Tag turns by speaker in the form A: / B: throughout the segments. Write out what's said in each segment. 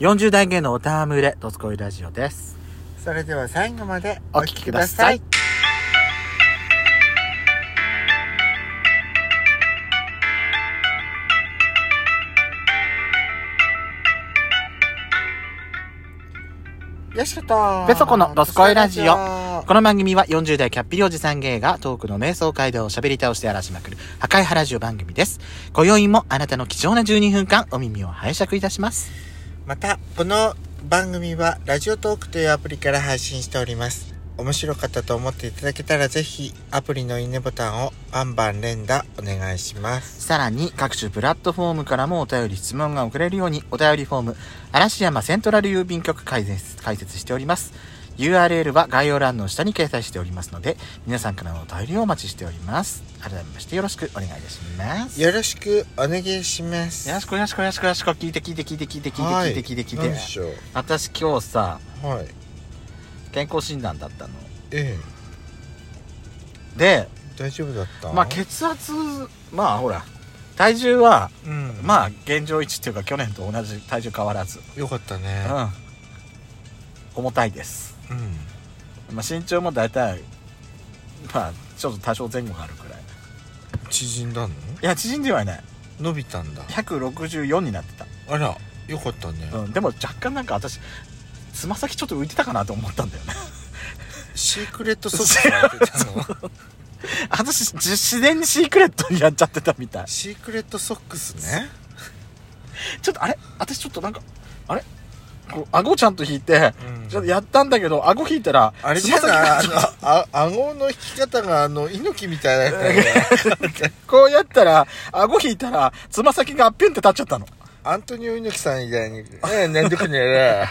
A: 40代芸のおたむれ、ドスコイラジオです。
B: それでは最後まで
A: お聞きください。
B: よしこと
A: ペソコのドスコイラジオ
B: は
A: この番組は40代キャッピリおじさん芸がトークの瞑想街道を喋り倒して荒らしまくる破壊派ラジオ番組です。今宵もあなたの貴重な12分間お耳を拝借いたします。
B: またこの番組はラジオトークというアプリから配信しております面白かったと思っていただけたらぜひアプリのいいねボタンをバンバン連打お願いします
A: さらに各種プラットフォームからもお便り質問が送れるようにお便りフォーム嵐山セントラル郵便局開設開設しております URL は概要欄の下に掲載しておりますので皆さんからのお便りをお待ちしております改めましてよろしくお願いいたしますよ
B: よろしくお願いします
A: ろしくよろしくよろしくよろしく聞いて聞いて聞いて聞いて
B: は
A: 聞いて聞いて聞いて
B: 何で
A: 聞いて
B: しょう
A: 私今日さ
B: はい
A: 健康診断だったの
B: ええ
A: で
B: 大丈夫だった
A: まあ血圧まあほら体重は
B: うん
A: まあ現状1っていうか去年と同じ体重変わらず
B: よかったね
A: うん、重たいです、
B: うん
A: まあ、身長も大体まあちょっと多少前後があるくらい
B: 縮んだの
A: いや縮んではいない
B: 伸びたんだ
A: 164になって
B: あらよかったね、
A: た、うん、でも若干なんか私つま先ちょっと浮いてたかなと思ったんだよね
B: シークレットソックス履いてたの
A: 私じ自然にシークレットにやっちゃってたみたい
B: シークレットソックスね
A: ちょっとあれ私ちょっとなんかあれこう顎ちゃんと引いて、
B: うん
A: ちょっとやったんだけど顎引いたら
B: あれじゃ
A: つま先
B: ないあ
A: がちょ
B: の
A: っと
B: あ顎の引き方があの猪木みたいなやつ だね
A: こうやったら顎引いたらつま先がピュンって立っちゃったの
B: アントニオ猪木さん以外に「ねえ何でかにや れ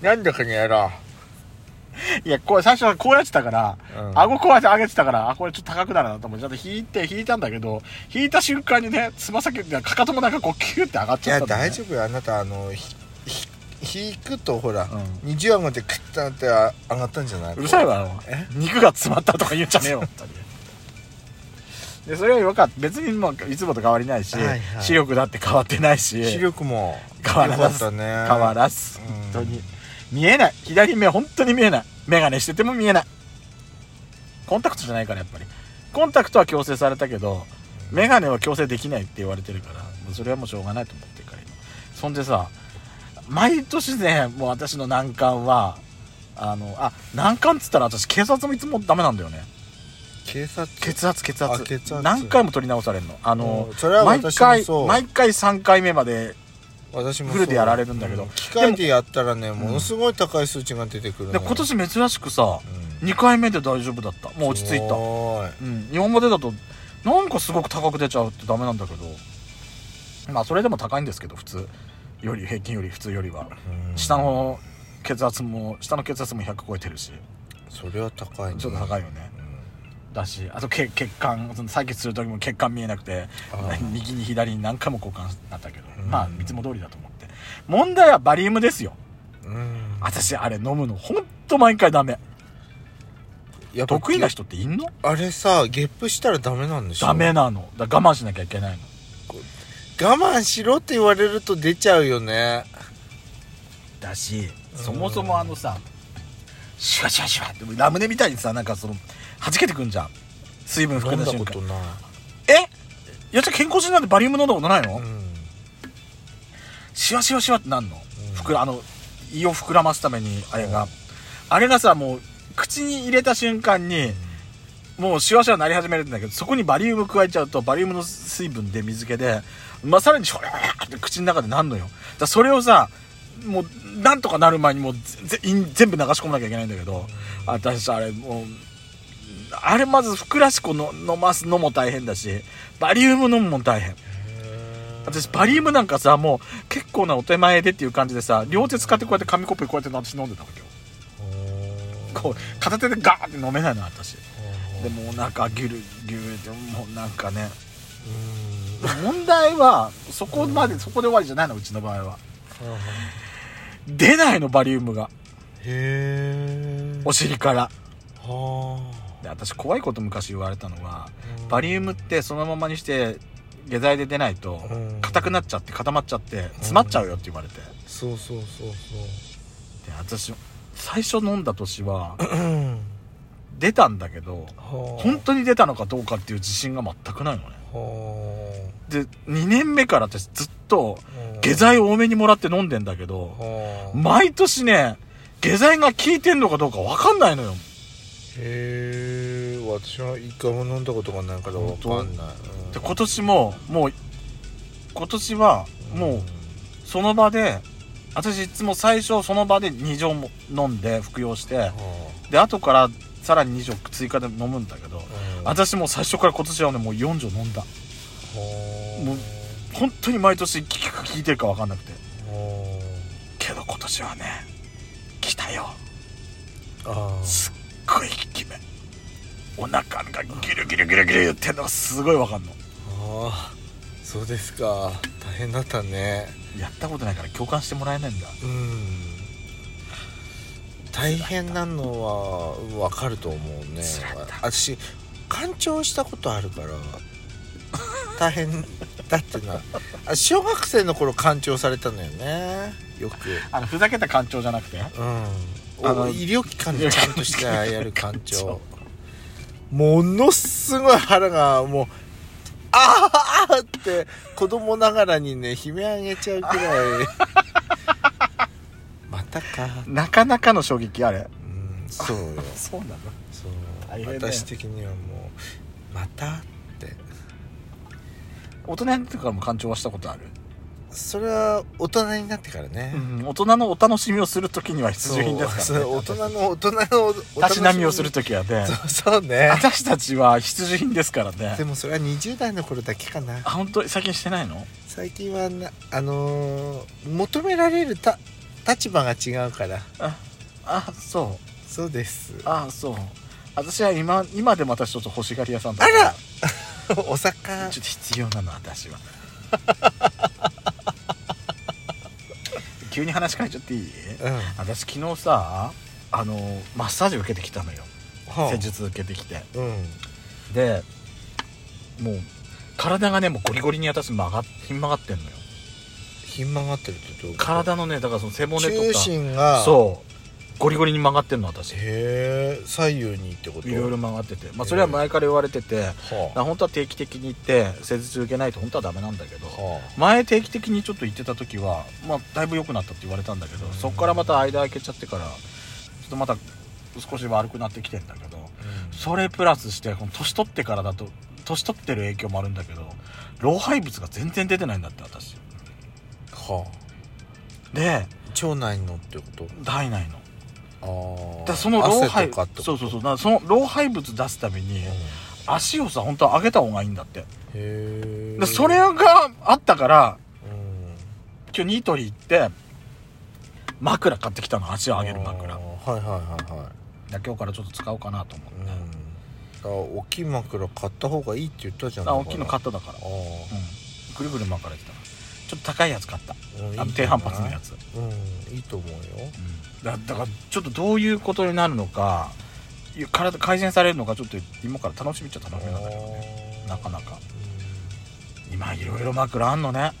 B: 何でかにやろ
A: いや、これ最初はこうやってたから、
B: うん
A: 顎こうやって上げてたから、あ、これちょっと高くなるなと思って、ちょっと引いて、引いたんだけど、引いた瞬間にね、つま先、かかともなんかこう、キューって上がっ」
B: い
A: ちゃっ
B: や
A: たんだ、ね。
B: 大丈夫よあなたあのひひ引くとほら、
A: う
B: 二重顎でクッとなってあ上がったんじゃないう
A: るさいわ、お前
B: え
A: 肉が詰まったとか言っちゃねえよ、本当に。で、それはよかった。別にもう、いつもと変わりないし、
B: はいはい
A: 視力だって変わってないし、
B: 視力も
A: 変わら
B: よか
A: ず
B: ったね
A: 変わらず、
B: うん
A: 本当に。見えない。左目、本当に見えない。メガネしてても見えない。コンタクトじゃないから、やっぱり。コンタクトは強制されたけど、メガネは強制できないって言われてるから、もうそれはもうしょうがないと思ってるから、今。そんでさ、毎年ね、もう私の難関は、あの、あ、難関っつったら私、警察もいつもダメなんだよね。
B: 警察
A: 血圧、血
B: あ
A: 圧。
B: 血圧
A: 何回も取り直されるの。あの
B: うん、それは
A: 毎
B: 私も
A: 回、
B: そう
A: 毎回3回目まで
B: 私も
A: フルでやられるんだけど
B: う機械でやったらねものすごい高い数値が出てくるの
A: で
B: よ
A: 今年珍しくさ
B: うん
A: 2回目で大丈夫だったもう落ち着い
B: す
A: た、
B: ごい
A: うん、今までだとなんかすごく高く出ちゃうってダメなんだけどまあそれでも高いんですけど普通より平均より普通よりは
B: うん
A: 下の血圧も下の血圧も100超えてるし
B: それは高いね
A: ちょっと高いよね
B: うん
A: だしあと血血管その採血する時も血管見えなくて
B: あー
A: 右に左に何回も交換なったけど、
B: うん
A: まあいつも通りだと思って問題はバリウムですよ
B: うん
A: 私あれ飲むのほんと毎回ダメ
B: やっぱ
A: 得意な人っていんの
B: あれさゲップしたらダメなんでしょ
A: ダメなのだから我慢しなきゃいけないの
B: 我慢しろって言われると出ちゃうよね
A: だし
B: うん
A: そもそもあのさシュワシュワシュワってラムネみたいにさなんかその弾けてくんじゃん水分含
B: 飲
A: ん
B: ん
A: だ
B: だ
A: 瞬
B: こと
A: 間
B: ない
A: えいやじゃあ健康診断でバリウム飲んだことないの、
B: うん
A: シュワシュワシュワってなんの、
B: うん
A: ふくらあの胃を膨らますためにあれが、あれがさもう口に入れた瞬間にもうシュワシュワなり始めるんだけどそこにバリウム加えちゃうとバリウムの水分で水気で、まあ、さらにシュワシュワシュワって口の中でなんのよだからそれをさもうなんとかなる前にもうぜぜい全部流し込まなきゃいけないんだけど、あ私さあれもうあれまずふくらしこの飲ますのも大変だしバリウム飲むのも大変私バリウムなんかさもう結構なお手前でっていう感じでさ両手使ってこうやって紙コップにこうやって私飲んでたわけよこう片手でガーって飲めないの私でもうなんかギュルギュルってもうなんかね問題はそこまでそこで終わりじゃないのうちの場合は出ないのバリウムが
B: へえ
A: お尻から
B: は
A: で私怖いこと昔言われたのは
B: うん
A: バリウムってそのままにして下剤で出ないと
B: うん
A: 硬くなっちゃって固まっちゃって詰まっちゃうよって言われて
B: あそうそうそう
A: で私最初飲んだ年は
B: そううん
A: 出たんだけど
B: ほ
A: 本当に出たのかどうかっていう自信が全くないのね
B: ほ
A: で2年目から私ずっと
B: う
A: 下剤多めにもらって飲んでんだけど
B: ほう
A: 毎年ね下剤が効いてんのかどうかわかんないのよ
B: へえ私は一回も飲んだことがないからわかんないうん
A: で今年ももう今年はもうその場で私いつも最初その場で2錠も飲んで服用してで後からさらに2錠追加で飲むんだけど私もう最初から今年はねもう4錠飲んだもう本当に毎年効くか効いてるか分かんなくてけど今年はね来たよ
B: あ
A: すっごい効き目お腹がギルギルギルギル言ってんのがすごい分かんの
B: あそうですか大変だったね
A: やったことないから共感してもらえないんだ
B: うん大変なのはわかると思うね
A: 辛かった
B: 私干潮したことあるから大変だっていうのはあ小学生の頃干潮されたのよねよく
A: あのふざけた感情じゃなくて
B: うん
A: あ
B: あ
A: の
B: の医療機関でちゃんとしてやる館
A: 医療機関
B: 長ものすごい腹がもうあーあーって子供ながらにね悲鳴あげちゃう くらいまたか
A: なかなかの衝撃あれ
B: うんそうよ
A: そうなの
B: そう
A: 大変だよ
B: 私的にはもうまたって
A: 大人とかも感情はしたことある、
B: それは大人になってからね、
A: うん大人のお楽しみをするときには必
B: そう
A: 需品ですから、
B: そう
A: ね、
B: 大人の大人のおお
A: たしなみを
B: 楽
A: する
B: み
A: ときはね
B: そうそうね
A: 私たちは必需品ですからね
B: でもそれは20代の頃だけかな
A: あ本当に最近してないの
B: 最近はなあのー求められるた立場が違うから
A: ああそう
B: そうです
A: あそう私は今今でも私ちょっと欲しがり屋さんだ
B: あ お魚
A: ちょっと必要なの私は急に話変えちゃっていい
B: うん
A: 私昨日さあのマッサージ受けてきたのよ施術受けてきて
B: うん
A: でもう体がねもうゴリゴリに私曲がっひん曲がってんのよ
B: ひん曲がってるってどういうこと
A: 体のねだからその背骨
B: 中
A: と
B: 心
A: か
B: がう
A: そうゴリゴリに曲がってんの私い
B: へえ左右にってこと
A: ろいろ曲がっててまあそれは前から言われてて
B: はあ
A: 本当は定期的に行って施術受けないと本当はダメなんだけど
B: は
A: 前定期的にちょっと行ってた時はまあだいぶ良くなったって言われたんだけど
B: うん
A: そっからまた間空けちゃってからちょっとまた少し悪くなってきてんだけど
B: あうん
A: それプラスしてこの年取ってからだと年取ってる影響もあるんだけど老廃物が全然出てないんだって私
B: はあ
A: で
B: 腸内のってこと
A: 体内の
B: あ
A: だ
B: あ
A: からその老
B: 汗
A: 廃
B: とかってこと
A: そうそうそうだからその老廃物出すために
B: うんへ
A: 足をさ本当は上げた方がいいんだって
B: え
A: でそれがあったから
B: うん
A: 今日ニトリ行って枕買ってきたの足を上げる枕
B: あーはいはいはいはい
A: だ今日からちょっと使おうかなと思って、
B: うん、大きい枕買った方がいいって言ったじゃん
A: あ大きいのカ
B: っ
A: ットだから
B: あ
A: うんぐるぐる巻かれてたからちょっと高いやつ買った
B: あ、うんいいんじゃ
A: あ
B: ない
A: の低反発のやつ、うん、
B: うんいいと思うよ
A: だだからちょっとどういうことになるのかいう体改善されるのかちょっと今から楽しみっちゃ楽しみなんだけどね
B: あー
A: なかなか
B: うん
A: 今いろいろ枕あんのね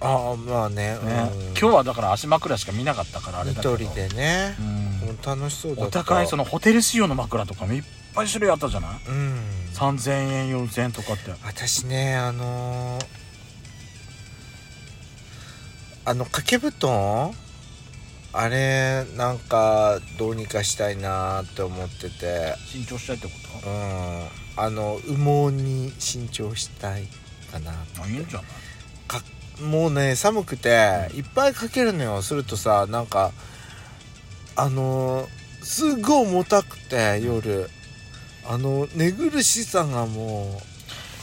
B: ああまあね
A: ね、今日
B: は
A: はだから足枕しか見なかったからあれ
B: ニ
A: だけど
B: トリでね
A: う、
B: も
A: ん
B: う楽しそうだ
A: お
B: った
A: 高いそのホテル仕様の枕とかもいっぱい種類あったじゃない
B: うん
A: 3000円4000円とかって
B: 私ねあのーあの掛け布団あれなんかどうにかしたいなーって思ってて
A: 新調したいってこ
B: うんあの羽毛に新調したいかな
A: とあいいんじゃない
B: かもうね寒くていっぱいかけるのよするとさなんかあのーすっごい重たくて夜あの寝苦しさがも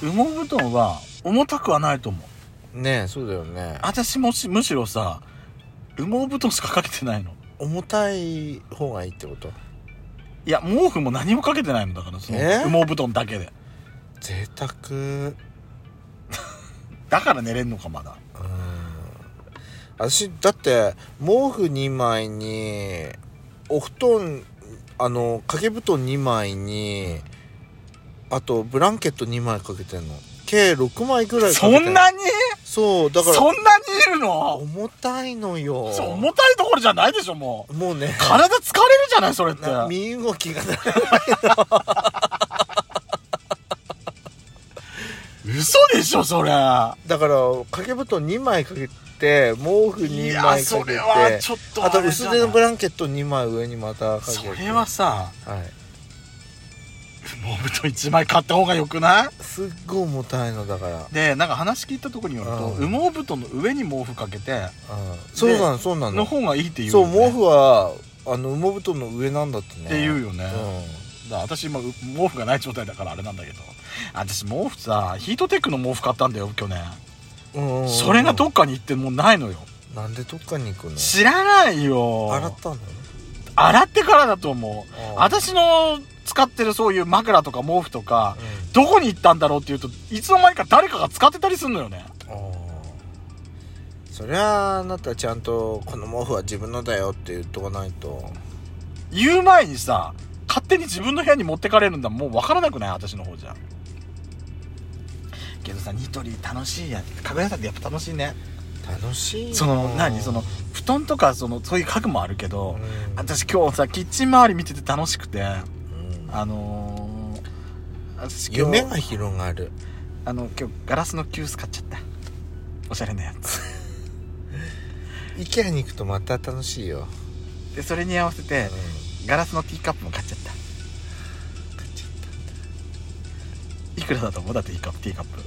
A: 羽毛布団は重たくはないと思う
B: うねえそうだよね
A: 私もしむしろさ羽毛布団しかかけてないの
B: 重たい方がいいってこと
A: いや毛布も何もかけてないのだからその
B: え
A: 羽毛布団だけで
B: 贅沢うん
A: だから寝れんのかまだ
B: 私だって毛布2枚にお布団あの掛け布団2枚にあとブランケット2枚かけてんの計6枚ぐらいかけ
A: そ
B: て
A: んなに
B: そうだから
A: そんなにるの
B: 重たいのよ
A: そう重たいところじゃないでしょもう
B: もうね
A: 体疲れるじゃないそれって
B: な身動きがない
A: 嘘でしょそれ
B: だから掛け布団2枚かけて毛布
A: い
B: 2
A: や
B: 枚
A: そ
B: かけ
A: れは
B: て
A: ちょっと
B: あと
A: れじ
B: 薄
A: ゃない
B: 手のブランケット2枚上にまたかけて
A: それはさ
B: はい
A: もう布団1枚買った方がよくない
B: すっごい重たいのだから、うん、
A: でなんか話聞いたところによると
B: うん
A: 羽毛布団の上に毛布かけて
B: そうなのそうな
A: の
B: の
A: 方がいいって言う
B: そ
A: よ
B: う
A: ね
B: 毛布はあの羽毛布団の上なんだってね
A: って言うよね
B: う、ん
A: だから私今毛布がない状態だからあれなんだけど私毛布さヒートテックの毛布買ったんだよ去年
B: うんうんうん
A: それがどっかに行ってもうないのよ
B: なんでどっかに行くの
A: 知らないよ
B: 洗ったの
A: 洗ってからだと思う
B: ああ
A: 私の使ってるそういう枕とか毛布とか
B: う
A: どこに行ったんだろうっていうといつの間にか誰かが使ってたりするのよね
B: んあーそりゃあなたちゃんとこの毛布は自分のだよって言っとかないと
A: 言う前にさ勝手に自分の部屋に持ってかれるんだもう分からなくない私の方じゃけどさニトリ楽しいやん家具屋さんってやっぱ楽しいね
B: 楽しい
A: その何その布団とかそのそういう家具もあるけど、私今日さキッチン周り見てて楽しくてあのー、私今日
B: 夢が広がる
A: あの今日ガラスの急須買っちゃったおしゃれなやつ
B: IKEA に行くとまた楽しいよ、
A: でそれに合わせてガラスのティーカップも買っちゃったいくらだと思うだってティーカップティーカップ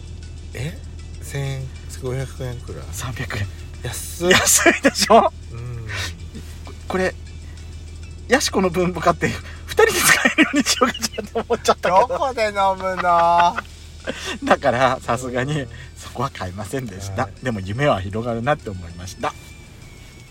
B: え1000円500円くらい
A: 300円
B: 安い、
A: 安いでしょ
B: うん、
A: これヤシコの分も買って2人で使えるようにしようかしらと思っちゃったけ
B: こで飲むの
A: どだからさすがにそこは買いませんでした、
B: はい
A: でも夢は広がるなって思いました